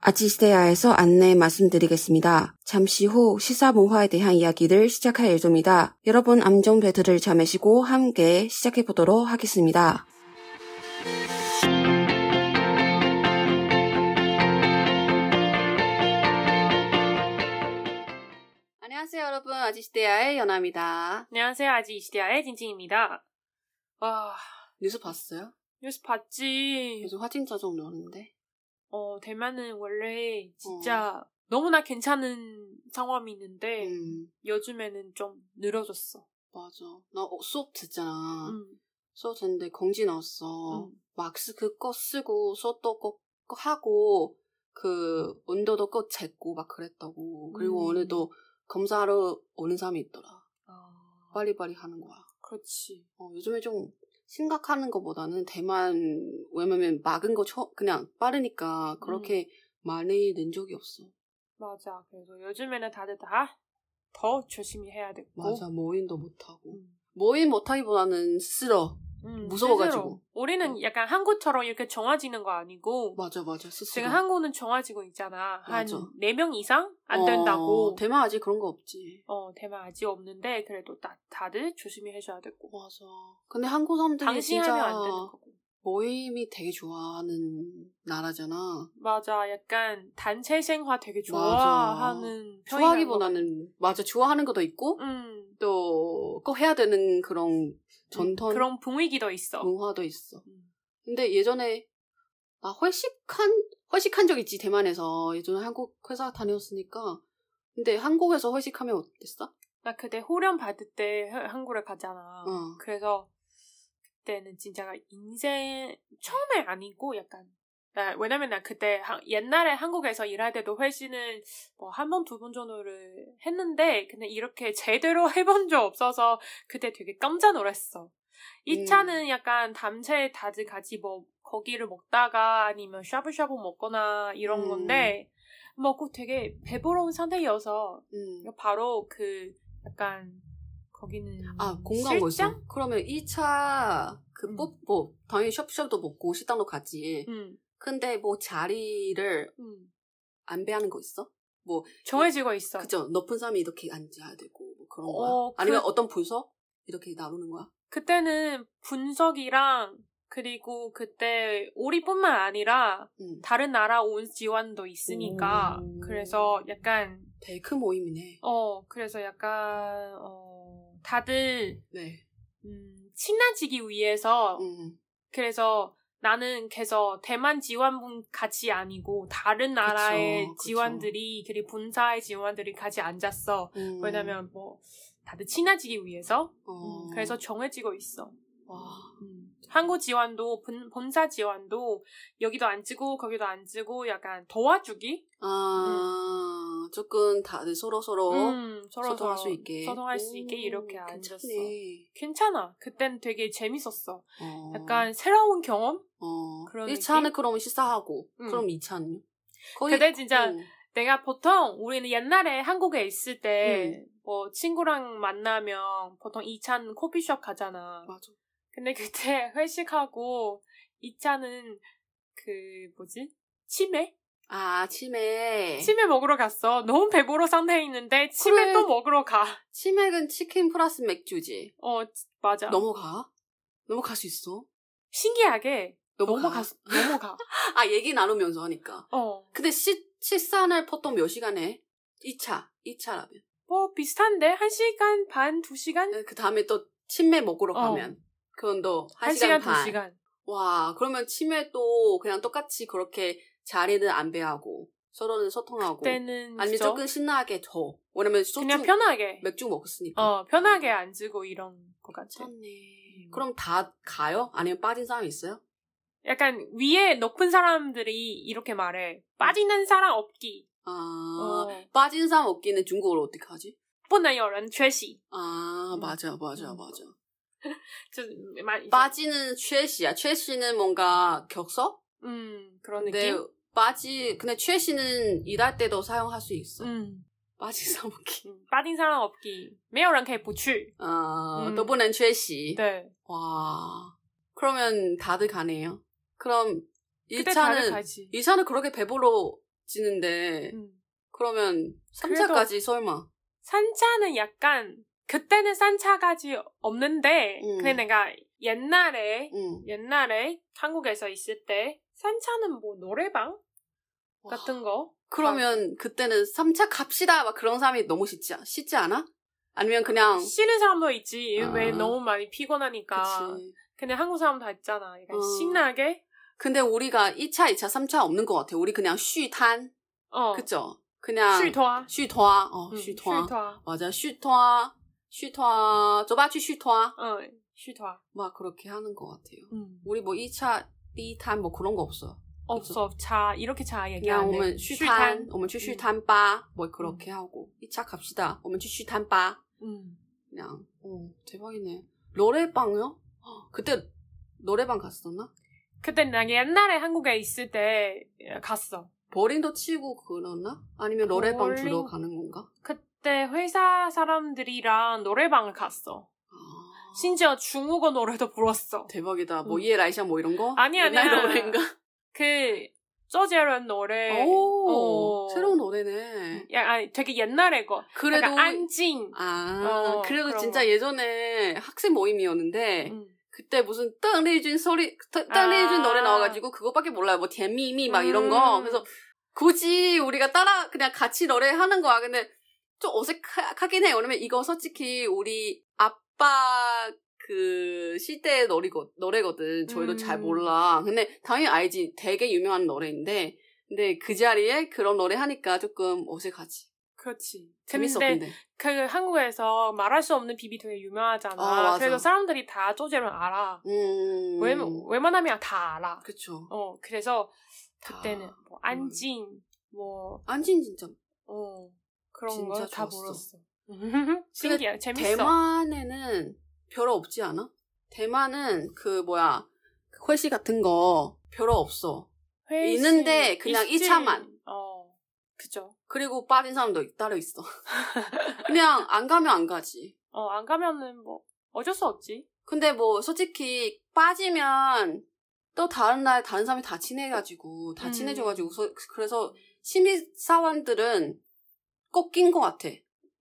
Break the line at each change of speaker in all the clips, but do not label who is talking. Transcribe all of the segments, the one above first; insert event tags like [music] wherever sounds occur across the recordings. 아치스테아에서 안내 말씀드리겠습니다. 잠시 후 시사문화에 대한 이야기를 시작할 예정입니다. 여러분 암정 배틀을 잠으시고 함께 시작해 보도록 하겠습니다. 안녕하세요 여러분 아치스테아의 연아입니다.
안녕하세요. 아직 이시디아의 진진입니다. 와,
뉴스 봤어요?
뉴스 봤지?
요즘 화진자 정도 오는데
어, 대만은 원래 진짜 너무나 괜찮은 상황이 있는데,
어. 음
요즘에는 좀 늘어졌어.
맞아 나 어, 수업 듣잖아
음,
수업 듣는데 공지 나왔어
음.
막스 그거 쓰고 수업도 꼭 하고 그 온도도 꼭 재고 막 그랬다고 그리고
음.
오늘도 검사하러 오는 사람이 있더라
아,
빨리빨리 하는 거야
그렇지.
어, 요즘에 좀 심각하는 것보다는 대만 왜냐면 막은 거 처, 그냥 빠르니까 그렇게
음.
많이 낸 적이 없어
맞아. 그래서 요즘에는 다들 다 더 조심히 해야 되고.
맞아 모임도 못하고
음,
모임 못하기보다는 쓸어
음,
무서워가지고. 어.
스스로. 우리는 약간 한국처럼 이렇게 정해지는 거 아니고,
맞아 맞아 스스로
지금 한국은 정해지고 있잖아. 한
맞아.
4명 이상? 안
어,
된다고.
대만 아직 그런 거 없지
어, 대만 아직 없는데, 그래도 다, 다들 조심히 해줘야 되고.
맞아 근데 한국 사람들이
당신
진짜
하면 안 되는 거고.
모임이 되게 좋아하는 나라잖아.
맞아. 약간 단체 생활 되게 좋아하는 편이라는
좋아하기보다는 맞아 좋아하는 것도 있고
거 같아. 음,
또 꼭 해야 되는 그런 전통
그런 분위기도 있어.
문화도 있어.
음.
근데 예전에 나 회식한 회식한 적 있지 대만에서 예전에 한국 회사 다녔으니까 근데 한국에서 회식하면 어땠어?
나 그때 호련 받을 때 하- 한국에 가잖아.
어.
그래서 그때는 진짜 인생 처음에 아니고 약간 나, 왜냐면 나 그때 하- 옛날에 한국에서 일할 때도 회식은 뭐 한 번 두 번 정도를 했는데 근데 이렇게 제대로 [laughs] 해본 적 없어서 그때 되게 깜짝 놀랐어.
음.
이 차는 약간 담채 다들 같이 뭐 거기를 먹다가 아니면 샤브샤브 먹거나 이런
음.
건데 먹고 되게 배부러운 상태여서
음.
바로 그 약간 거기는
아 공감 뭐
실장?
있어? 그러면 2차 그
음.
뽑, 뭐 당연히 숍숍도 먹고 식당도 가지.
응,
근데 뭐 자리를
응.
안 배하는 거 있어?
정해지고 있어.
그죠? 높은 사람이 이렇게 앉아야 되고 뭐 그런 거야?
아. 어, 그-
아니면 어떤 분석? 이렇게 나누는 거야?
그때는 분석이랑 그리고 그때 우리뿐만 아니라
음.
다른 나라 온 지원도 있으니까
오.
그래서 약간
되게 큰 모임이네.
어 그래서 약간 어 다들
네.
음, 친해지기 위해서
음.
그래서 나는 계속 대만 지원분 같이 아니고 다른 나라의
그쵸, 그쵸.
지원들이 그리고 본사의 지원들이 같이 앉았어.
음.
왜냐면 뭐 다들 친해지기 위해서
어.
음, 그래서 정해지고 있어.
와.
음. 한국 지원도 본, 본사 지원도 여기도 앉고 거기도 앉고 약간 도와주기
아 조금 다들 서로 서로
음, 서로
어? 소통할 수
서로
있게.
소통할 수 있게
오,
이렇게 앉았어.
괜찮네.
괜찮아. 그땐 되게 재밌었어.
어.
약간 새로운 경험?
어.
그런
1차는
느낌?
그럼 식사하고
음.
그럼 2차는요? 거의
그때 진짜
음.
내가 보통 우리는 옛날에 한국에 있을 때
음.
뭐 친구랑 만나면 보통 2차는 커피숍 가잖아.
맞아.
근데 그때 [laughs] 회식하고 2차는 그 뭐지? 치매?
아 치맥.
치매 먹으러 갔어. 너무 배부러 상태에 있는데 치매
그래.
또 먹으러 가.
치맥은 치킨 플러스 맥주지.
어 맞아.
넘어가? 넘어갈 수 있어?
신기하게
넘어가.
넘어가 넘어가.
아, 얘기 나누면서 하니까.
어.
근데 시, 식사를 보통 몇 시간에? 2차, 2차라면.
뭐 비슷한데 한 시간 반, 두 시간,
그 다음에 또 치매 먹으러
어.
가면. 그건 또
한
1시간,
시간,
반.
두 시간.
와, 그러면 치매 또 그냥 똑같이 그렇게 자리는 안배하고 서로는 소통하고.
그때는
아니면
진짜
조금 신나게 더. 왜냐면 소주,
그냥 편하게.
맥주 먹었으니까.
어 편하게 앉고 이런 것 같아.
괜찮네.
음.
그럼 다 가요? 아니면 빠진 사람 있어요?
약간 위에 높은 사람들이 이렇게 말해. 빠지는 사람 없기.
아,
어.
빠진 사람 없기는 중국어로 어떻게 하지?
不能有人缺席.
아,
음.
맞아, 맞아,
음.
맞아.
저, 마- 이제-
빠지는 최씨야. 최씨는 뭔가 격석?
음, 그런
근데
느낌.
빠지, 근데 최씨는 일할 때도 사용할 수 있어.
음,
빠지 [laughs] 사먹기.
음, 빠진 사람 없기. 没有人可以不去.
아,
음.
더보는 최씨.
네.
와. 그러면 다들 가네요. 그럼
그때 다들
1차는,
가지.
2차는 그렇게 배불러 지는데
음.
그러면
그래도-
3차까지 설마
산차는 약간 그때는 산차까지 없는데
음.
그 내가 옛날에
응.
옛날에 한국에서 있을 때 산차는 뭐 노래방
와,
같은 거
그러면 그때는 3차 갑시다 막 그런 사람이 너무 쉽지, 쉽지 않아? 아니면 그냥
쉬는 사람도 있지
아.
왜 너무 많이 피곤하니까
그치.
근데 한국 사람 다 있잖아 약간
어.
신나게
근데 우리가 1차, 2차, 3차 없는 것 같아. 우리 그냥 쉬탄.
어
그쵸? 그냥
쉬토아
쉬토아. 어,
응,
쉬토아.
쉬토아
맞아. 쉬토아. 쉬토아. 저바치 쉬토아.
어 쉬토아
막 그렇게 하는 것 같아요.
음.
우리 뭐 2차, 2탄 뭐 그런 거 없어요.
없어 차 이렇게 차
그냥
얘기하는
오면 쉬탄, 오면
음.
쉬탄바 뭐 그렇게 하고 2차 갑시다. 오면 쉬탄바
음.
그냥 오 대박이네. 노래방요? 헉, 그때 노래방 갔었나?
그때 나 옛날에 한국에 있을 때 예, 갔어
버링도 치고 그러나? 아니면 노래방 주로
버링?
가는 건가?
그때 회사 사람들이랑 노래방을 갔어
아,
심지어 중국어 노래도 불렀어
대박이다. 뭐
음.
이에라이샤 뭐 이런 거?
아니, 아니야.
옛날 노래인가?
그 쪼제런
오
노래 네. 어.
새로운 노래네.
야, 아니, 되게 옛날에 거.
그래도
그래도 안징.
아
어,
그래도
그런
진짜
거.
예전에 학생 모임이었는데
음.
그때 무슨 땅레이준 소리 땅레이준
아.
노래 나와가지고 그거밖에 몰라요. 뭐 데미미 막 이런 거.
음.
그래서 굳이 우리가 따라 그냥 같이 노래 하는 거야. 근데 좀 어색하긴 해. 왜냐면 이거 솔직히 우리 아빠 그 시대의 노래거, 노래거든. 저희도
음.
잘 몰라. 근데 당연히 알지. 되게 유명한 노래인데. 근데 그 자리에 그런 노래 하니까 조금 어색하지.
그렇지.
재밌어
근데
근데.
그 한국에서 말할 수 없는 비비 되게 유명하잖아.
어, 맞아.
그래서 사람들이 다 쪼제런 알아.
음.
웬, 웬만하면 다 알아.
그쵸.
어, 그래서
다.
그때는 뭐 안징, 뭐,
안신 진짜
어, 그런
진짜
걸 다
좋았어.
불었어. [laughs] 신기해. 재밌어.
대만에는 별로 없지 않아? 대만은 그 뭐야 그 회식 같은 거 별로 없어.
회식,
있는데 그냥
일식.
이 차만.
어, 그죠.
그리고 빠진 사람도 따로 있어. [laughs] 그냥 안 가면 안 가지.
어, 안 가면은 뭐, 어쩔 수 없지.
근데 뭐 솔직히 빠지면 또 다른 날 다른 사람이 다 친해가지고 다
음.
친해져가지고 서- 그래서 심의사원들은 꼭 낀 것 같아.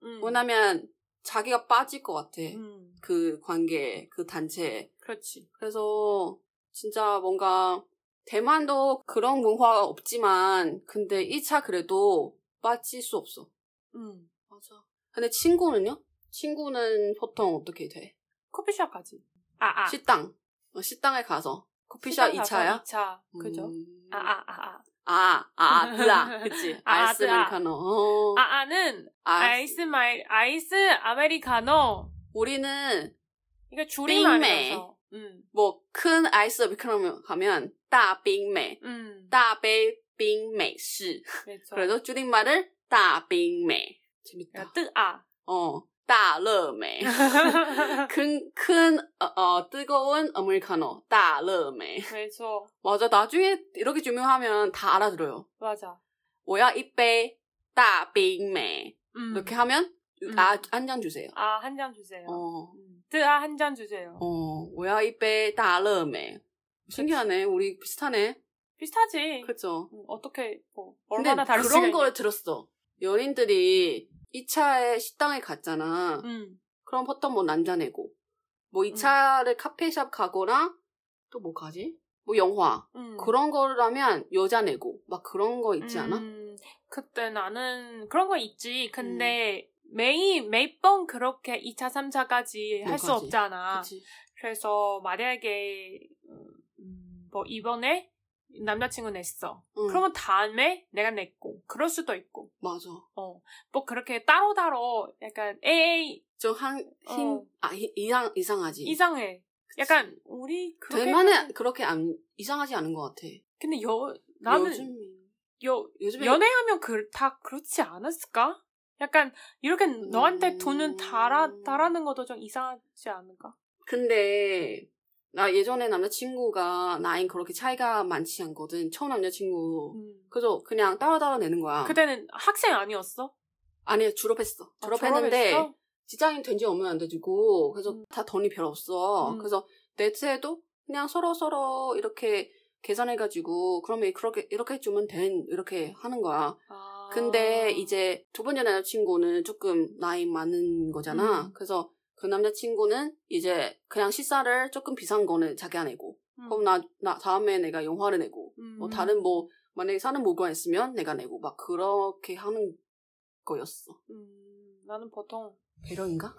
음.
왜냐면 자기가 빠질 것 같아.
음,
그 관계, 그 단체에.
그렇지.
그래서 진짜 뭔가 대만도 그런 문화가 없지만 근데 1차 그래도 빠질 수 없어.
음.
맞아. 근데 친구는요? 친구는 보통 어떻게 돼?
커피숍 가지. 아, 아.
식당. 어, 식당에 가서. 커피숍 2차야? 음.
2차. 그죠. 아, 아, 아, 아.
아, 아,
[laughs]
뜨아. 그치.
아,
아이스
뜨아.
아메리카노. 어,
아, 아는
아이스.
아이스 마이, 아이스 아메리카노.
우리는
이거 줄이
빙메.
많아서. 음.
뭐 큰 아이스 아메리카노 가면 따빙메,
음.
따배 빙메시.
그래서
그래서 줄임말을 따빙메. 재밌다.
뜨아.
어,
[laughs]
따르메. 큰, 큰, 어, 어, 뜨거운 아메리카노. 따르메.
그래서
맞아, 나중에 이렇게 주문하면 다 알아들어요.
맞아.
我要一杯 따빙메.
음.
이렇게 하면,
음.
아, 한잔 주세요.
아, 한 잔 주세요.
어,
음. 뜨아 한 잔 주세요.
어, 我要一杯 따르메. 신기하네. 우리 비슷하네.
비슷하지.
그쵸.
음, 어떻게 뭐
근데
얼마나 다를 수가
그런
있냐.
걸 들었어. 연인들이 2차에 식당에 갔잖아.
음.
그럼 보통 뭐 남자 내고 뭐 2차를 카페샵 가거나 또 뭐 가지? 뭐 영화
음.
그런 거라면 여자 내고 막 그런 거 있지 않아?
음, 그때 나는 그런 거 있지.
음.
근데 매일 매번 그렇게 2차, 3차까지 할 수
못하지.
없잖아.
뭐 그치.
그래서 만약에 음, 뭐 이번에 남자친구 냈어.
응,
그러면 다음에 내가 냈고 그럴 수도 있고.
맞아.
어. 뭐 그렇게 따로 따로 약간 AA
예. 좀한힘아
어.
이상 이상하지.
이상해. 약간 우리 그렇게
대만은 그렇게 안 이상하지 않은 것 같아.
근데 여 나는
요즘
여
요즘에
연애하면 그, 다 그렇지 않았을까? 약간 이렇게 너한테 돈은 달아
음.
달하는 것도 좀 이상하지 않을까?
근데 나 예전에 남자친구가 나인 그렇게 차이가 많지 않거든. 처음 남자친구.
음.
그래서 그냥 따로따로 내는 거야.
그때는 학생 아니었어?
아니 졸업했어.
아,
졸업했는데
졸업했어?
직장인 된 지 얼마 안 되지고 그래서
음.
다 돈이 별로 없어.
음.
그래서 넷에도 그냥 서로 서로 이렇게 계산해가지고 그러면 그렇게 이렇게 주면 된 이렇게 하는 거야.
아.
근데 이제 두 번째 남자친구는 조금 나이 많은 거잖아.
음.
그래서 그 남자친구는 이제 그냥 식사를 조금 비싼 거는 자기가 내고
음.
그럼 나, 나 다음에 내가 영화를 내고 뭐
음.
다른 뭐 만약에 사는 물건 있으면 내가 내고 막 그렇게 하는 거였어.
음, 나는 보통
배려인가?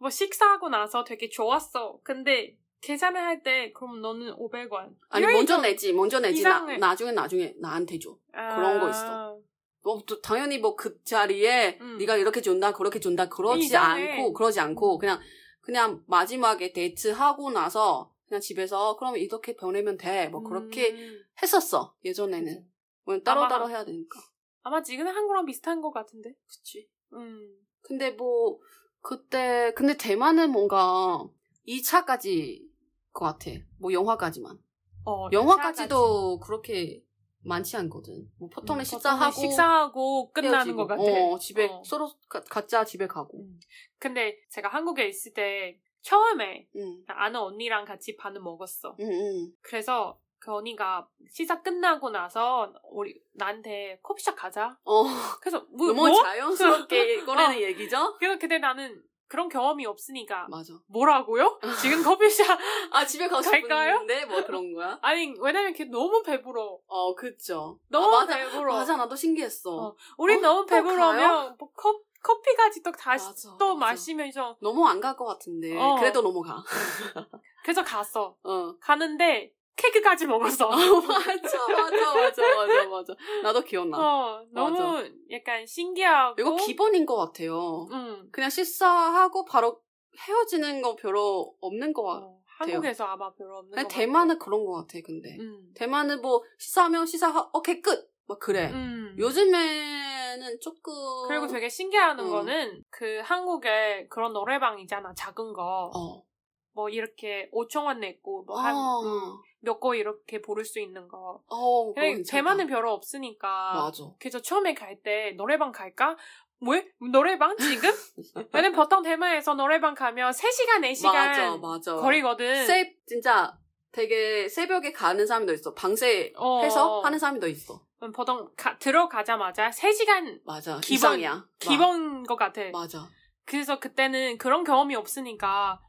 뭐 식사하고 나서 되게 좋았어. 근데 계산을 할 때 그럼 너는 500원.
아니 먼저 내지 먼저 내지 나,
그러니까 이상해.
나중에 나중에 나한테 줘. 그런 거
아,
있어. 뭐, 또 당연히 뭐 그 자리에
음.
네가 이렇게 준다 그렇게 준다 그러지
이상해.
않고 그러지 않고 그냥 그냥 마지막에 데이트 하고 나서 그냥 집에서 그럼 이렇게 보내면 돼 뭐 그렇게
음.
했었어 예전에는 뭐 따로 따로 해야 되니까
아마 지금은 한국랑 비슷한 것 같은데.
그치
음.
근데 뭐 그때 근데 대만은 뭔가 2차까지 것 같아 뭐 영화까지만
어, 음,
영화까지도 그렇게 많지 않거든 뭐 보통은
보통은
식사하고
식사하고 끝나는
헤어지고.
것 같아.
어, 집에
어.
서로 가- 각자 집에 가고.
음. 근데 제가 한국에 있을 때 처음에
응.
아는 언니랑 같이 밥을 먹었어.
응, 응.
그래서 그 언니가 시사 끝나고 나서 우리 나한테 커피숍 가자.
어,
그래서 뭐,
너무
뭐?
[laughs] 자연스럽게 꺼내는 얘기죠?
그래서 그때 나는 그런 경험이 없으니까
맞아.
뭐라고요? 지금 커피숍 [laughs]
아, 집에 가고
갈까요?
싶은데 [laughs] 뭐 그런 거야?
아니 왜냐면 걔 너무 배불러.
어, 그쵸.
너무
아, 맞아.
배불러.
맞아, 나도 신기했어.
어, 우리
어,
너무
또
배부르면 뭐 컵, 커피까지 또 다시
맞아,
또
맞아.
마시면서
너무 안 갈 것 같은데.
어.
그래도 넘어가.
그래서 갔어.
어. [laughs]
가는데 케이크까지 먹었어.
맞아, 맞아, 맞아, 맞아, 맞아. 나도 기억나.
[laughs] 어, 너무
맞아.
약간 신기하고. 음,
이거 기본인 것 같아요.
응.
그냥 식사하고 바로 헤어지는 거 별로 없는 것 같아.
어, 한국에서 아마 별로 없는
아니,
것
대만은 그런 것 같아, 근데.
같아. 음.
대만은 뭐 시사하면 시사하 오케이 끝. 막 그래.
음.
요즘에는 조금
그리고 되게 신기하는
어.
거는 그 한국에 그런 노래방 있잖아 작은 거.
어.
뭐 이렇게 5천 원 냈고
어.
뭐 한 몇 거 이렇게 부를 수 있는 거.
어, 그거
근데
괜찮다.
대만은 별로 없으니까.
맞아.
그래서 처음에 갈 때 노래방 갈까? 왜? 노래방
[laughs]
지금? 왜냐면 보통 대만에서 노래방 가면 3시간, 4시간
맞아. 맞아.
거리거든.
새 진짜 되게 새벽에 가는 사람도 있어. 방세
어.
해서 하는 사람도 있어.
그럼 보통 가- 들어가자마자 3시간
맞아.
기본-
이상이야.
기본 것 같아.
마- 맞아.
그래서 그때는 그런 경험이 없으니까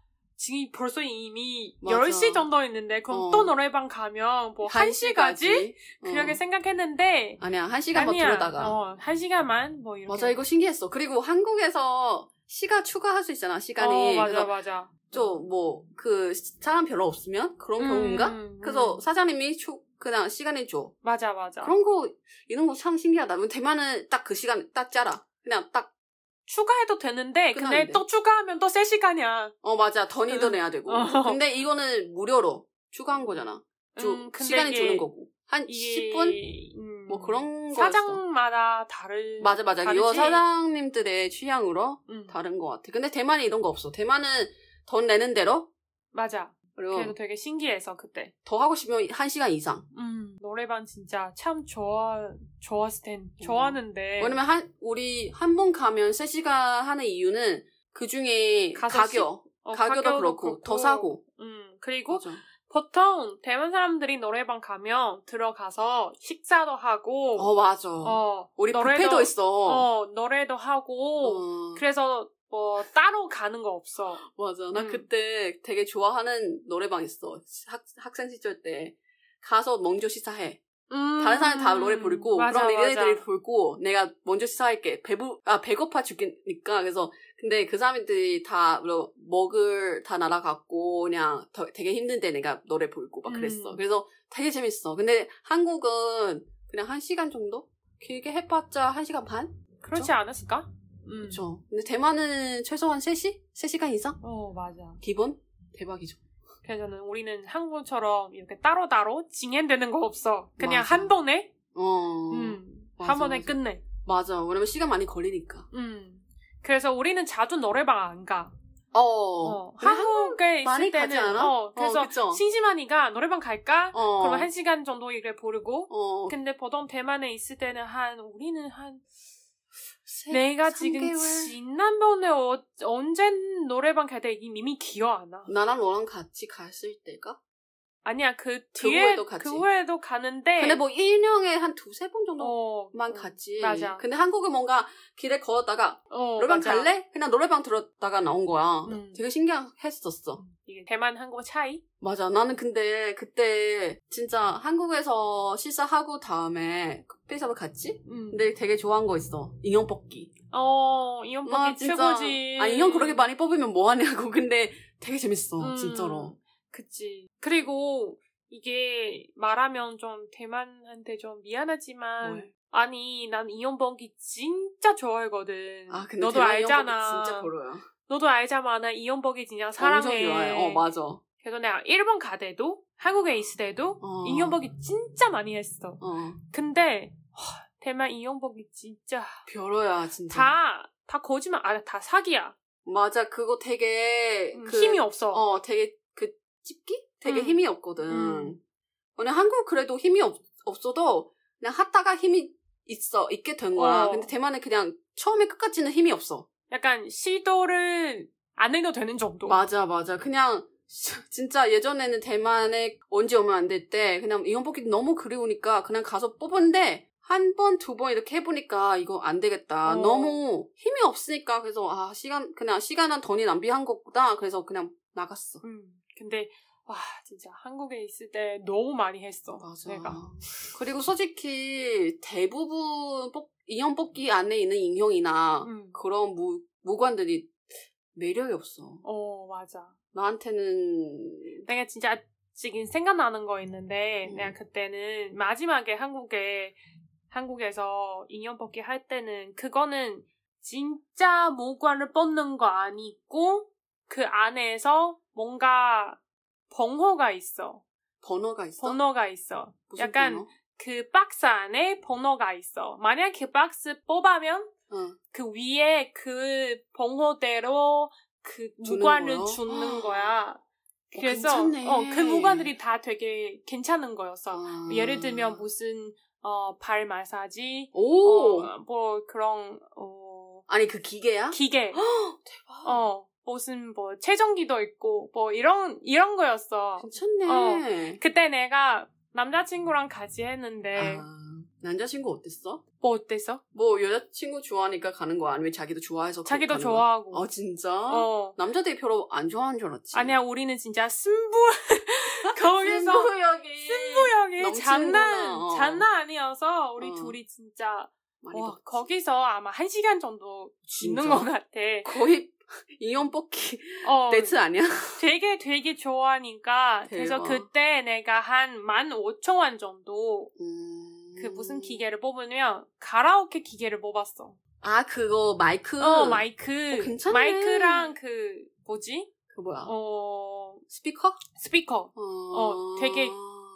지금 벌써 이미
맞아.
10시 정도 있는데 그럼
어.
또 노래방 가면 뭐 1시까지? 그렇게
어.
생각했는데
아니야. 한 시간만
아니야.
들어다가.
어, 1시간만 뭐 이렇게.
맞아. 이거 신기했어. 그리고 한국에서 시가 추가할 수 있잖아. 시간이.
어, 맞아
그래서
맞아.
좀 뭐 그 사람 별로 없으면 그런 경우인가?
음, 음.
그래서 사장님이 초, 그냥 시간을 줘.
맞아 맞아.
그런 거 이런 거 참 신기하다. 왜냐면 대만은 딱 그 시간 딱 짜라. 그냥 딱 어
추가해도 되는데 근데
끝나는데.
또 추가하면 또 3시간이야.
어, 맞아 더 니더 내야 되고.
음. 어.
근데 이거는 무료로 추가한 거잖아. 주,
음,
시간이 주는 거고 한 10분 뭐 그런 거
사장마다 다를
맞아 맞아. 이거
다르지?
사장님들의 취향으로
음,
다른 것 같아. 근데 대만은 이런 거 없어. 대만은 돈 내는 대로
맞아.
그리고
그래서 되게 신기해서 그때.
더 하고 싶으면 한 시간 이상.
음, 노래방 진짜 참 좋아 좋았을 텐 좋아하는데
음. 왜냐면 한 우리 한 번 가면 3 시간 하는 이유는 그 중에
가서
가격
어,
가격도 그렇고, 더 사고.
음 그리고
맞아.
보통 대만 사람들이 노래방 가면 들어가서 식사도 하고
어 맞아.
어,
우리
노래도-
뷔페도 있어.
어, 노래도 하고
어,
그래서 뭐 따로 가는 거 없어.
맞아. 나
음.
그때 되게 좋아하는 노래방 있어. 학, 학생 시절 때 가서 먼저 시사해. 다른 사람 다 노래 부르고
음. 맞아,
그럼
맞아.
얘네들이 부르고 내가 먼저 시사할게. 배부 아 배고파 죽겠니까 그래서 근데 그 사람들이 다 뭐, 먹을 다 날아갔고 그냥 더- 되게 힘든데 내가 노래 부르고 막 그랬어.
음.
그래서 되게 재밌어. 근데 한국은 그냥 한 시간 정도 길게 해봤자 한 시간 반?
음. 그렇지 않았을까? 음.
그렇죠. 근데 대만은 최소한 3시? 3시간 이상?
어, 맞아.
기본? 대박이죠.
그래서 저는 우리는 한국처럼 이렇게 따로따로 진행되는 거 없어. 그냥
맞아.
한 번에,
어.
음,
맞아,
한 번에
맞아.
끝내.
맞아. 왜냐면 시간 많이 걸리니까.
음. 그래서 우리는 자주 노래방 안 가.
어.
어,
근데 한국-
한국에
많이
있을
가지
때는
않아?
어, 그래서
그쵸?
심심하니까 노래방 갈까?
어.
그러면 한 시간 정도 이렇게 부르고.
어.
근데 보통 대만에 있을 때는 한 우리는 한
세-
내가
네, 삼
지금
개월?
지난번에 어, 언젠 노래방 갈 때 이미 기억 안 나.
나랑 너랑 같이 갔을 때가
아니야 그
그
뒤에
후에도 갔지.
그 후에도 가는데
근데 뭐 1년에 한 두세 번 정도만
네. 어, 음,
갔지.
맞아.
근데 한국은 뭔가 길에 걸었다가
어,
노래방
맞아.
갈래? 그냥 노래방 들었다가 나온 거야.
음.
되게 신기했었어.
이게 대만 한국 차이?
맞아. 나는 근데 그때 진짜 한국에서 실사하고 다음에 커피숍을 갔지? 근데 되게 좋아한 거 있어. 인형 뽑기.
음. 어 이형
나
뽑기
진짜
최고지.
아 인형 그렇게 많이 뽑으면 뭐 하냐고. [laughs] 근데 되게 재밌어.
음,
진짜로.
그치. 그리고 이게 말하면 좀 대만한테 좀 미안하지만
뭘.
아니 난 이연봉기 진짜 좋아하거든.
아 근데
너도
대만 인형 뽑기
알잖아.
진짜 별로야.
너도 알잖아. 나 이연봉기 진짜
엄청
사랑해.
좋아해. 어 맞아.
그래서 내가 일본 가대도 한국에 있을 때도
어.
이연봉기 진짜 많이 했어.
어
근데 와, 대만 이연봉기 진짜
별로야 진짜.
다 다 거짓말 아니 다 사기야.
맞아 그거 되게
음,
그,
힘이 없어.
어 되게 그 집기 되게
음.
힘이 없거든.
음.
그냥 한국 그래도 힘이 없, 없어도 그냥 하다가 힘이 있어 있게 된 거야.
어.
근데 대만은 그냥 처음에 끝까지는 힘이 없어.
약간 시도를 안 해도 되는 정도.
맞아 맞아 그냥. [laughs] 진짜 예전에는 대만에 언제 오면 안 될 때 그냥 이혼 뽑기 너무 그리우니까 그냥 가서 뽑은데 한 번 두 번 이렇게 해보니까 이거 안 되겠다
어.
너무 힘이 없으니까 그래서 아 시간 그냥 시간은 돈이 낭비한 것보다 그래서 그냥 나갔어
음, 근데 와 진짜 한국에 있을 때 너무 많이 했어.
맞아.
내가
그리고 솔직히 대부분 뽑, 인형 뽑기 안에 있는 인형이나
음.
아, 그런 무, 무관들이 매력이 없어.
어 맞아.
나한테는
내가 진짜 지금 생각나는 거 있는데
음.
내가 그때는 마지막에 한국에 한국에서 인형 뽑기 할 때는 그거는 진짜 모관을 뽑는 거 아니고 그 안에서 뭔가 번호가 있어.
번호가 있어.
번호가 있어.
무슨
약간
번호?
그 박스 안에 번호가 있어. 만약 그 박스 뽑으면
응.
그 위에 그 번호대로 그
주는
무관을
거요? 아,
주는 거야.
어,
그래서
괜찮네.
어, 그 무관들이 다 되게 괜찮은 거였어.
아.
예를 들면 뭐 무슨 어, 발 마사지,
오
어, 뭐 그런 어,
아니 그 기계야?
기계,
[gasps] 대박.
어, 무슨 뭐 체전기도 있고 뭐 이런 이런 거였어.
괜찮네. 아,
그때 내가 남자친구랑 같이 했는데
아, 남자친구 어땠어?
뭐 어땠어?
뭐 여자친구 좋아하니까 가는 거야? 아니면 자기도 좋아해서
자기도
가는 거야?
좋아하고.
아 진짜?
어.
남자들이 별로 안 좋아하는 줄 알았지.
아니야, 우리는 진짜 승부 거기서
[laughs] 승부욕이
승부욕이
넘치는구나.
장난
어.
장난 아니어서 우리
어.
둘이 진짜
많이
와,
먹-
거기서 아마 한 시간 정도 있는
진짜?
것 같아.
거의 인형 뽑기
어,
매트 아니야?
되게 되게 좋아하니까 그래서
대박.
그때 내가 한 15,000원 정도
음.
그 무슨 기계를 뽑으면 가라오케 기계를 뽑았어.
아 그거 마이크.
어 마이크
어, 괜찮네.
마이크랑 그 뭐지
그 뭐야?
어
스피커?
스피커
어,
되게-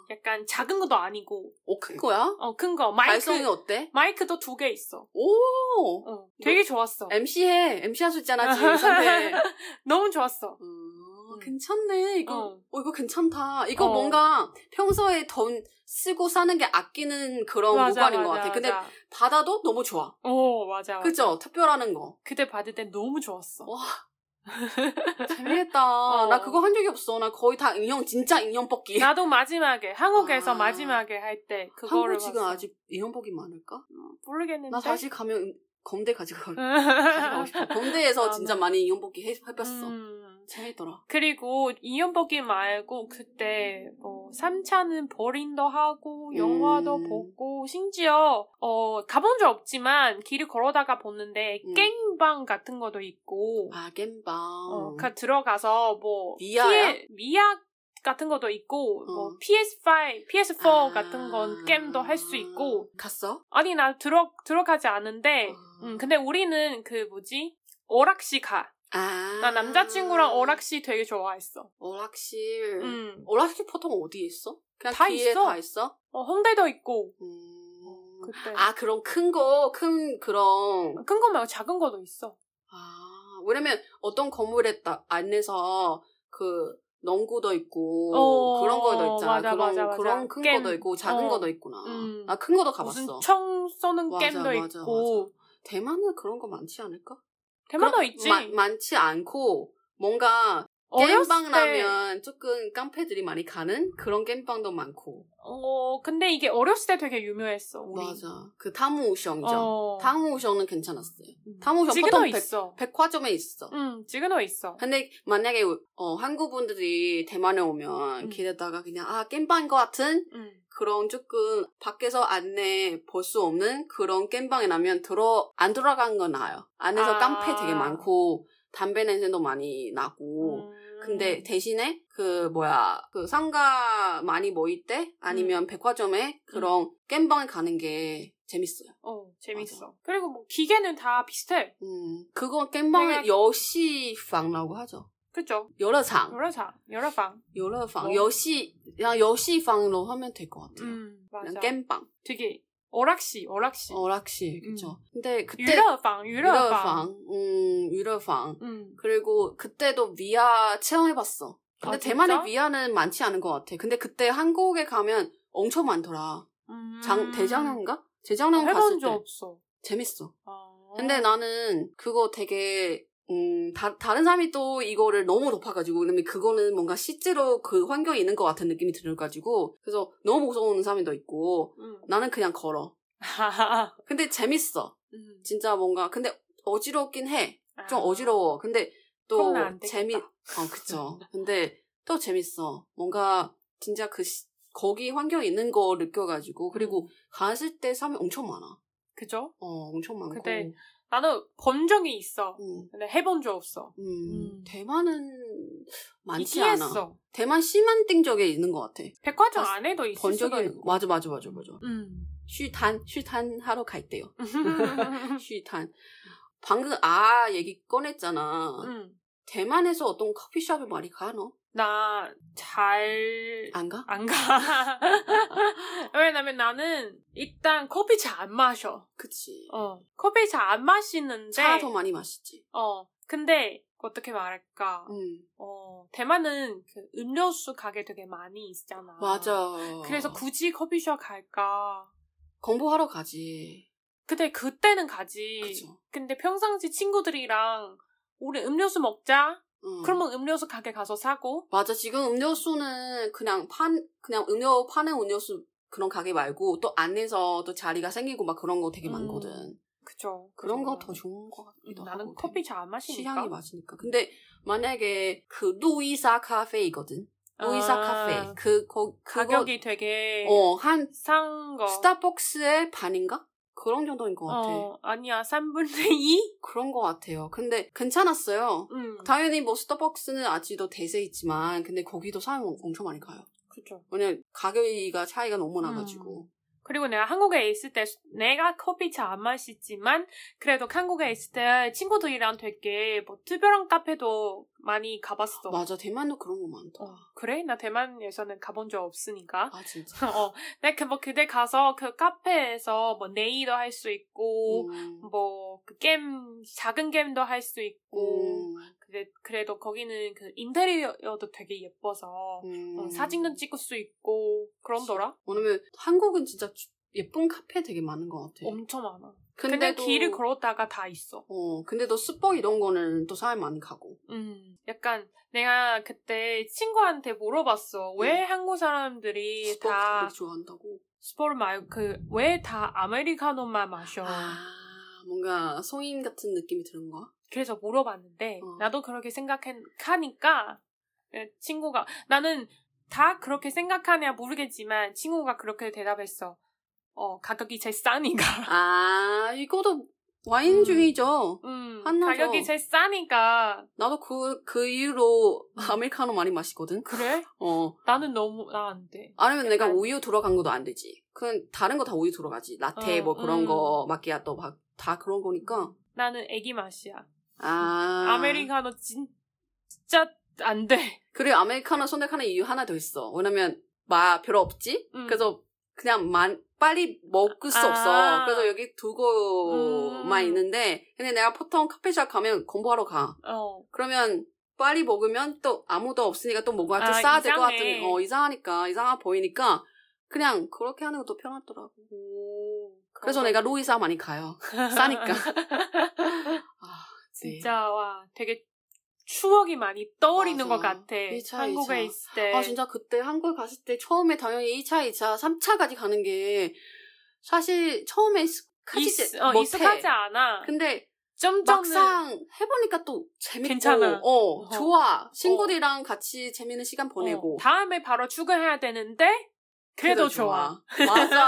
약간 작은 것도 아니고
어큰 거야?
어 큰 거 마이크
발성이 어때?
마이크도 두 개 있어.
그 오.
어, 되게 좋았어.
MC 해. MC 할 수 있잖아 지금
[laughs]
선배.
너무 좋았어.
음, 괜찮네 이거. 어.
어.
이거 괜찮다. 이거
어.
뭔가 평소에 돈 쓰고 사는 게 아끼는 그런 무관인 것 같아. 근데
맞아.
받아도 너무 좋아.
오 맞아. 그
그죠? 특별하는 거.
그때 받을 때 너무 좋았어.
어. 재밌겠다.
[laughs] 어.
나 그거 한 적이 없어. 나 거의 다 인형 진짜 인형 뽑기.
나도 마지막에 한국에서
예. 아.
마지막에 할 때 그거를
[laughs] 한국 지금
봤어.
아직 인형복이 많을까? 어.
모르겠는데.
나 다시 가면 검대 가지고
[laughs]
갈 다시 가고
음.
싶어. 검대에서
아,
진짜
네. 음.
많이 인형복이 해- 해봤어. 재밌더라.
그리고 인연복이 말고 그때 뭐 3차는 버린도 하고 영화도
음.
보고 심지어 어 가본 적 없지만 길을 걸어다가 보는데
음.
깽방 같은 것도 있고
아 겜방.
어, 가 들어가서 뭐
미아야?
피해- 미아 같은 것도 있고
어.
뭐 PS5, PS4
아.
같은 건 게임도 할 수 있고
갔어?
아니 나 들어 들어가지 않은데
어.
음, 근데 우리는 그 뭐지 오락실 가.
아.
나 남자친구랑 오락실 되게 좋아했어.
오락실.
음,
오락실 보통 어디에 있어? 그냥
다
뒤에
있어.
다 있어?
어, 홍대도 있고
음.
그때
아 그런 큰 거, 큰 그런.
큰 거 말고 작은 거도 있어.
아 왜냐면 어떤 건물에 따, 안에서 그 농구도 있고
어,
그런 거도 있잖아.
맞아,
그런
맞아, 맞아.
그런 큰
게임.
거도 있고 작은
어.
거도 있구나.
음.
나 큰 거도 가봤어.
무슨 총 쏘는
맞아,
게임도
맞아,
있고
대만은 그런 거 많지 않을까?
대만도
그런-
있지.
마- 많지 않고 뭔가
어렸을
겜방
때-
나면 조금 깡패들이 많이 가는 그런 겜방도 많고.
어 근데 이게 어렸을 때 되게 유명했어. 우리.
맞아. 그 타무우션이죠.
어.
타무우션은 괜찮았어요.
음.
타무우션
지그너
포통
있어.
백화점에 있어.
응, 지그너 있어.
근데 만약에 어, 한국 분들이 대만에 오면
음.
길에다가 그냥 아 겜방인 것 같은
응.
그런 조금 밖에서 안내 볼 수 없는 그런 겜방에 나면 들어 안 들어간 건 나아요. 안에서
아.
깡패 되게 많고 담배 냄새도 많이 나고
음.
근데 대신에 그 뭐야 그 상가 많이 모일 때 아니면
음.
백화점에 그런 겜방에 가는 게 재밌어요.
어 재밌어. 그리고 뭐 기계는 다 비슷해.
음 그거 겜방을
내가-
여시방이라고 하죠.
그죠?
여러 장,
여러 장, 여러 방.
여러 방,
뭐?
여시 그냥 여시방으로 하면 될 것 같아요.
음
그냥
맞아.
겜방,
되게 어락시, 어락시.
어락시 그쵸. 근데 그때
음. 유럽방, 유럽방.
유럽방, 음 유럽방
음.
그리고 그때도 위아 체험해봤어. 근데
아, 진짜?
대만에 위아는 많지 않은 것 같아. 근데 그때 한국에 가면 엄청 많더라.
음.
장 대장령인가? 대장령
해본
갔을 때
적 없어.
재밌어.
아.
근데 나는 그거 되게 음, 다, 다른 사람이 또 이거를 너무 높아가지고, 그러면 그거는 뭔가 실제로 그 환경이 있는 것 같은 느낌이 들어가지고, 그래서 너무 무서운 사람도 있고, [laughs]
음.
나는 그냥 걸어. 근데 재밌어.
음.
진짜 뭔가, 근데 어지럽긴 해. 좀
아.
어지러워. 근데 또
그러면 안 되겠다.
재미, 어, 그쵸. 근데 또 재밌어. 뭔가 진짜 그, 시- 거기 환경이 있는 거 느껴가지고,
음.
그리고 갔을 때 사람이 엄청 많아.
그죠?
어, 엄청 많고.
근데- 나는 본 적이 있어.
음,
근데 해본 적 없어.
음,
음.
대만은 많지 않아.
이기했어.
대만 시만띵 쪽에 있는 것 같아.
백화점
봤-
안에도 있을
본
수가
적이
있고.
맞아 맞아 맞아 맞아.
음.
쉬탄 쉬탄 하러 갈 때요. 쉬탄. 방금 아 얘기 꺼냈잖아.
[laughs] 음.
대만에서 어떤 커피숍에 많이 가노?
나잘
안 가?
안 가. [laughs] 왜냐면 나는 일단 커피 잘 안 마셔.
그치.
어. 커피 잘 안 마시는데.
차도 많이 마시지.
어. 근데 어떻게 말할까?
음
어. 대만은 그 음료수 가게 되게 많이 있잖아.
맞아.
그래서 굳이 커피숍 갈까?
공부하러 가지.
근데 그때는 가지.
그죠.
근데 평상시 친구들이랑 우리 음료수 먹자.
음.
그러면 음료수 가게 가서 사고.
맞아. 지금 음료수는 그냥 판, 그냥 음료 파는 음료수 그런 가게 말고 또 안에서 또 자리가 생기고 막 그런 거 되게
음,
많거든.
그죠.
그런
그래서
거 더 좋은 것 같기도 하고.
나는
되게
커피 잘 안 마시니까.
시향이 맞으니까. 근데 만약에 그 루이사 카페이거든. 루이사
아,
카페. 그, 거, 그거,
가격이 되게
어, 한
싼 거.
스타벅스의 반인가? 그런 정도인 것 같아.
어, 아니야. 3분의
[laughs]
2?
그런 것 같아요. 근데 괜찮았어요.
음.
당연히 뭐 스타벅스는 아직도 대세있지만 근데 거기도 사람 엄청 많이 가요.
그죠.
왜냐면 가격이가 차이가 너무
음,
나가지고
그리고 내가 한국에 있을 때 수- 내가 커피 잘 안 마시지만 그래도 한국에 있을 때 친구들이랑 되게 뭐 특별한 카페도 많이 가봤어.
맞아 대만도 그런 거 많다
어, 그래? 나 대만에서는 가본 적 없으니까.
아 진짜
[laughs] 어, 내가 뭐 그때 가서 그 카페에서 뭐 네이도 할 수 있고
음,
뭐그 게임 작은 게임도 할 수 있고
음,
근데 그래도 거기는 그 인테리어도 되게 예뻐서
음.
어, 사진도 찍을 수 있고 그런더라.
왜냐면 한국은 진짜 주- 예쁜 카페 되게 많은 것 같아
엄청 많아. 근데 길을 걸었다가 다 있어.
어 근데도 스포 이런 거는 또 사람 많이 가고
음, 약간 내가 그때 친구한테 물어봤어. 왜 한국 사람들이
음. 스포
다
되게 좋아한다고
스포를 말고 그 왜 다 아메리카노만 마셔?
아 뭔가 성인 같은 느낌이 드는 거야
그래서 물어봤는데
어.
나도 그렇게 생각하니까 예, 친구가 나는 다 그렇게 생각하냐 모르겠지만 친구가 그렇게 대답했어. 어 가격이 제일 싸니까. [laughs]
아 이거도 와인 중이죠
음,
화나죠.
가격이 제일 싸니까.
나도 그, 그 이후로 아메리카노 많이 마시거든 [laughs]
그래?
어
나는 너무 나 안 돼.
아니면 내가
약간-
우유 들어간 것도 안 되지. 그건 다른 거 다 우유 들어가지. 라테
어,
뭐 그런
음.
거, 마끼아또 막 다 그런 거니까.
나는 애기 맛이야.
그러니까. 아.
아메리카노 진- 진짜 안 돼.
그리고 아메리카노 선택하는 이유 하나 더 있어. 왜냐면 마 별로 없지.
음.
그래서 그냥 만 빨리 먹을 수
아.
없어. 그래서 여기 두고만
음.
있는데 근데 내가 보통 카페샵 가면 공부하러 가.
어.
그러면 빨리 먹으면 또 아무도 없으니까 또 뭐가 또
아,
싸야 될 것
이상해.
같은 어 이상하니까 이상하 보이니까 그냥 그렇게 하는 것도 편하더라고.
오.
그래서 내가 로이사 [laughs]
[laughs]
많이 가요. 싸니까. 아, 네.
진짜 와 되게 추억이 많이
맞아.
떠오르는 것 같아.
이 차,
한국에
이 차.
있을 때.
아, 진짜 그때 한국 갔을 때 처음에 당연히 1차, 2차, 3차까지 가는 게 사실 처음에 익숙하지
익- 어,
못해.
익숙하지 않아.
뭐 근데
점점은 어,
막상 해보니까 또 재밌고
괜찮아.
어,
어.
좋아. 친구들이랑 같이 재밌는 시간 보내고
어, 다음에 바로 추가해야 되는데 그래도 좋아.
맞아,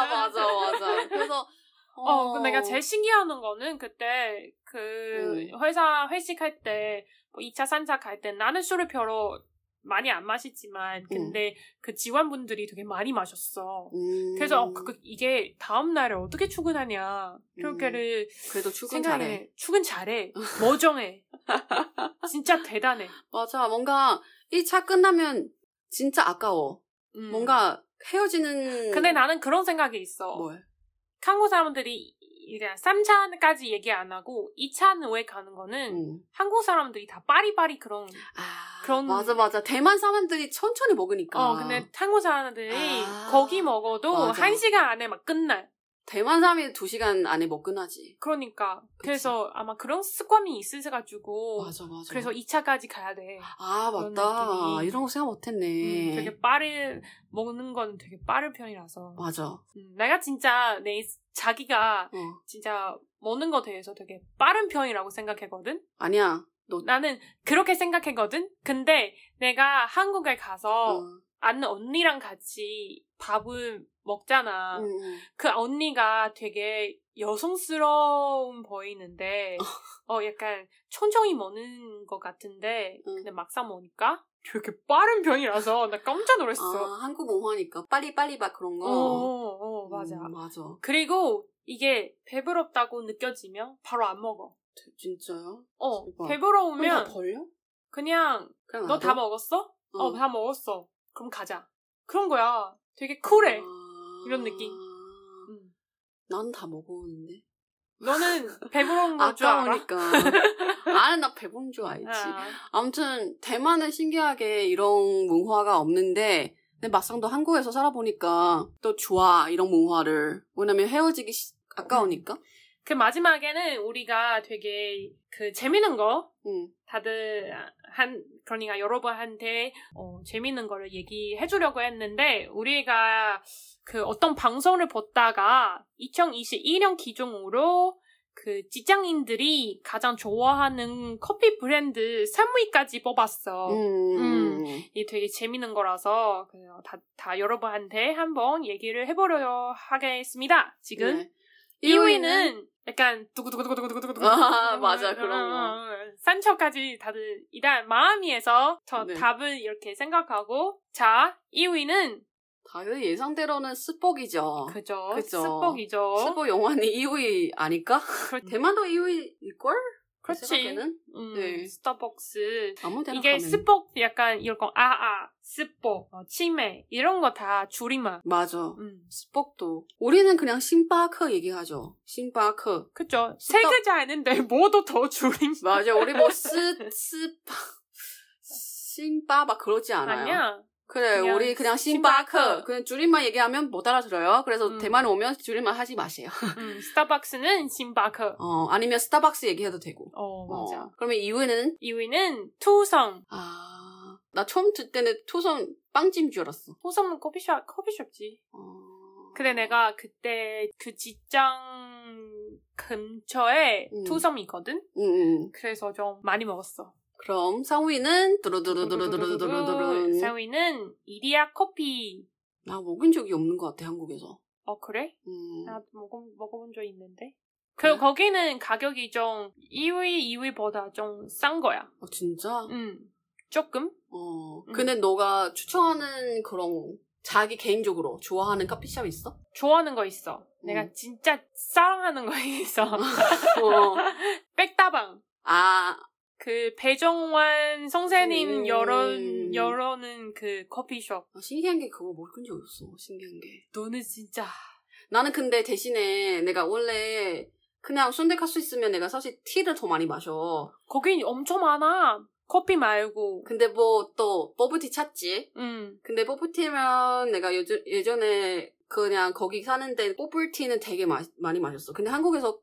맞아, 맞아. 그래서
[laughs] 어, 그 내가 제일 신기하는 거는 그때 그
음.
회사 회식할 때뭐 2차, 3차 갈 때 나는 술을 별로 많이 안 마시지만 근데 그 직원분들이 되게 많이 마셨어.
음,
그래서 어, 그, 이게 다음 날에 어떻게 출근하냐. 그렇게를
그래도 음. 출근
생각해.
잘해.
출근
[laughs]
잘해. 머정해. 진짜 대단해.
맞아. 뭔가 1차 끝나면 진짜 아까워.
음.
뭔가 헤어지는
근데 나는 그런 생각이 있어.
뭘?
한국 사람들이 이제 3차까지 얘기 안 하고 2차는 왜 가는 거는
음.
한국 사람들이 다 빠리빠리 그런
아,
그런-
맞아 맞아 대만 사람들이 천천히 먹으니까
어 근데 한국 사람들이
아.
거기 먹어도
맞아.
한 시간 안에 막 끝날
대만 사람이 두 시간 안에 먹끝나지
그러니까 그래서 아마 그런 습관이 있으셔가지고
맞아 맞아
어, 그래서 2차까지 가야 돼
아 예.
그런
맞다
느낌이.
이런 거 생각 못했네
음, 되게 빠른 먹는 건 되게 빠른 편이라서
맞아 어.
음, 내가 진짜 내 자기가 진짜 먹는 거 대해서 되게 빠른 편이라고 생각했거든
아니야 너
나는 그렇게 생각했거든 근데 내가 한국에 가서
응,
아는 언니랑 같이 밥을 먹잖아.
응, 응.
그 언니가 되게 여성스러운
[laughs]
보이는데, 어, 약간 천천히 먹는 것 같은데,
응.
근데 막상 먹으니까 되게 빠른 편이라서 나 깜짝 놀랐어.
아 한국 문화니까 빨리 빨리 막 그런
어,
거
어, 어, 맞아.
음, 맞아
그리고 이게 배부럽다고 느껴지면 바로 안 먹어.
대- 진짜요
어,
대박. 그냥
배부러우면
벌려
그냥
그냥
너 다 먹었어?
어.
어, 다 먹었어. 그럼 가자. 그런 거야. 되게 쿨해.
아.
이런 느낌. 음.
난다 먹었는데
너는 배부른 거 줄 알아?
아까우니까
[laughs]
나는 나 배부른 줄 알지
아,
아무튼 대만은 신기하게 이런 문화가 없는데 근데 막상 또 한국에서 살아보니까 또 좋아 이런 문화를 왜냐면 헤어지기 시- 아까우니까
그 마지막에는 우리가 되게 그 재밌는 거
응.
다들 한 그러니까 여러분한테 어, 재밌는 거를 얘기해 주려고 했는데 우리가 그 어떤 방송을 보다가 2021년 기준으로 그 직장인들이 가장 좋아하는 커피 브랜드 3위까지 뽑았어.
음.
이 되게 재밌는 거라서 그냥 다, 다 여러분한테 한번 얘기를 해보려 하겠습니다. 지금
네.
1위는 약간 두구두구두구두구두구두구
아, 맞아, 그런 거.
산처까지 다들 일단 마음이에서 저
네.
답을 이렇게 생각하고 자 2위는
당연히 예상대로는 스벅이죠
그죠
그죠.
스벅이죠
스벅 영화는 2위 아닐까? 대만도 2위일걸?
음. 그렇지 음,
네.
스타벅스
아무 데나
이게
가면
스벅 약간 이런 거 아아 스벅 어, 치매 이런 거 다 줄임말
맞아
음.
스벅도 우리는 그냥 신바크 얘기하죠 신바크
그죠. 세
스톱.
글자였는데 뭐도 더 줄임.
맞아, 우리 뭐 스, 스파, 신바 막 그러지 않아요.
아니야.
그래,
그냥
우리 그냥 신바크.
신바크.
그냥 줄임말 얘기하면 못 알아들어요. 그래서
음.
대만 오면 줄임말 하지 마세요.
음, 스타벅스는 짐바크.
어, 아니면 스타벅스 얘기해도 되고.
어,
어, 그러면 이후에는,
2위는 투성.
아, 나 처음 들 때는 투성 빵찜 줄 알았어.
투성은 커피숍, 커피숍지.
어.
근데 내가 그때 그 직장 근처에
음.
투성이 있거든?
응, 응.
그래서 좀 많이 먹었어.
그럼 상우이는, 두루두루두루두루두루두루.
사위는 이디야 커피.
나 먹은 적이 없는 것 같아, 한국에서.
어, 그래?
음.
나 먹어, 먹어본 적 있는데.
그래?
그, 거기는 가격이 좀 1위, 2위보다 좀 싼 거야.
어, 진짜?
음, 조금?
어,
음.
근데 너가 추천하는 그런 자기 개인적으로 좋아하는 커피숍 있어?
좋아하는 거 있어.
음.
내가 진짜 사랑하는 거 [laughs]
[laughs]
있어.
어.
백다방.
아,
그 배정환
음.
성세님 열어 열어는 그 커피숍.
아, 신기한 게 그거 먹은 적 없어. 신기한 게.
너는 진짜
나는 근데 대신에 내가 원래 그냥 순대카스 있으면 내가 사실 티를 더 많이 마셔.
거긴 엄청 많아. 커피 말고.
근데 뭐 또 버블티 찾지?
음.
근데 버블티면 내가 요즘 예전에 그냥 거기 사는데 버블티는 되게 마- 많이 마셨어. 근데 한국에서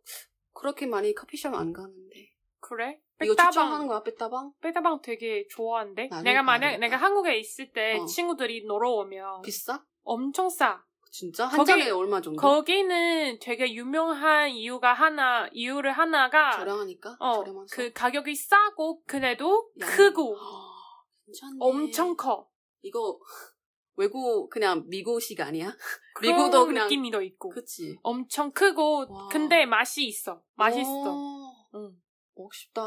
그렇게 많이 커피숍 안 가는데.
그래?
이거 추천하는
빽다방
거야, 삐따방?
빽다방 되게 좋아한대.
나는
내가 만약
가야겠다.
내가 한국에 있을 때
어.
친구들이 놀러 오면
비싸?
엄청 싸.
진짜? 한
거기-
잔에 얼마 정도?
거기는 되게 유명한 이유가 하나 이유를 하나가
저렴하니까? 저렴한
어그 가격이 싸고 그래도
양.
크고
괜찮네.
엄청 커.
이거 외국 그냥 미국식 아니야? [laughs]
그런
미국도 그냥-
느낌이 더 있고
그치?
엄청 크고
와.
근데 맛이 있어. 맛있어.
오,
응.
멋있다.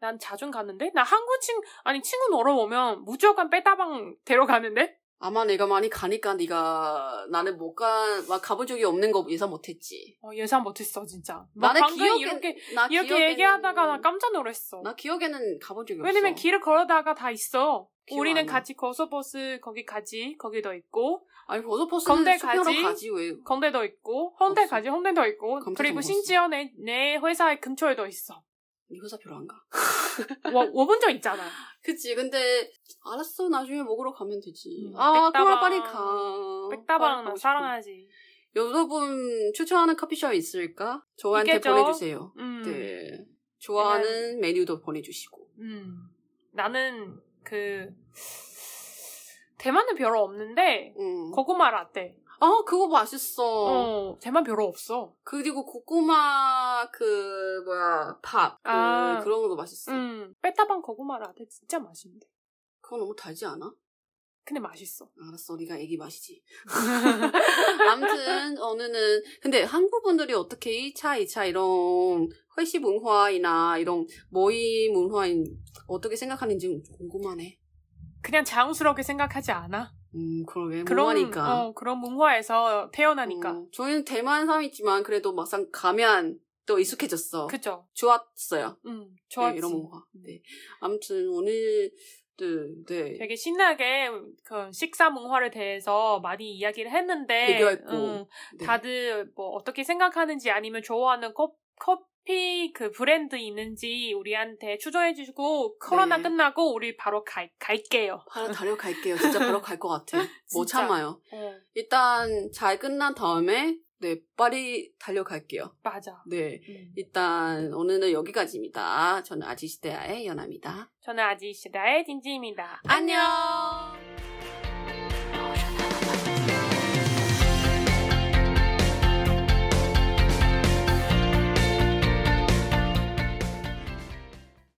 난 자주 가는데 나 한국 친 아니 친구 놀러 오면 무조건 빼다방 데려가는데
아마 내가 많이 가니까 네가 나는 못 가, 막 가본 적이 없는 거 예상 못했지.
어, 예상 못했어 진짜. 막
나는
방금
기억에
이렇게
나
이렇게
기억에는-
얘기하다가 나 깜짝 놀랐어.
나 기억에는 가본 적이 없어.
왜냐면 길을 걸어다가 다 있어.
기억
우리는
안 나.
같이 거소버스 거기 가지 거기도 있고
아니 버섯버스는
건대
수평으로
가지?
가지? 왜?
건대도 있고 홍대
없어.
가지 홍대도 있고
검색해
그리고
먹었어.
심지어 내, 내 회사의 근처에도 있어.
이 회사 별로 안 가.
[laughs] 와, 와본 적 있잖아.
그치 근데 알았어 나중에 먹으러 가면 되지.
음,
아
백다방.
코라 빨리 가.
백다방
빨리 가고
나
싶어.
사랑하지.
여러분 추천하는 커피숍 있을까? 저한테
있겠죠?
보내주세요.
음.
네. 좋아하는 메뉴도 보내주시고.
음. 나는 그 대만은 별로 없는데
음.
고구마 라떼.
아 그거 맛있어.
어, 대만 별로 없어.
그리고 고구마 그 뭐야 밥 그,
아.
런 것도 맛있어.
음. 빼타방 고구마 라떼 진짜 맛있는데.
그거 너무 달지 않아?
근데 맛있어.
알았어, 네가 애기 맛이지. [laughs] 아무튼 오늘은 근데 한국 분들이 어떻게 1차, 2차 이런 회식 문화이나 이런 모임 문화인 어떻게 생각하는지 궁금하네.
그냥 자연스럽게 생각하지 않아.
음, 그러게
그런
문화니까.
어, 그런 문화에서 태어나니까.
어, 저희는 대만 사람이지만 그래도 막상 가면 또 익숙해졌어.
그죠?
좋았어요.
음.
네,
좋았지.
이런 문화. 네. 아무튼 오늘 네, 네.
되게 신나게 그 식사 문화를 대해서 많이 이야기를 했는데
비교했고.
음,
네.
다들 뭐 어떻게 생각하는지 아니면 좋아하는 컵, 커피 그 브랜드 있는지 우리한테 추천해 주시고 코로나
네.
끝나고 우리 바로 갈, 갈게요.
바로 달려갈게요. [laughs] 진짜 바로 갈 것 같아. 못
진짜.
참아요. 일단 잘 끝난 다음에 네 빨리 달려갈게요.
맞아.
네
음.
일단 오늘은 여기까지입니다. 저는 아지시대아의 연아입니다.
저는 아지시다의 진지입니다.
안녕.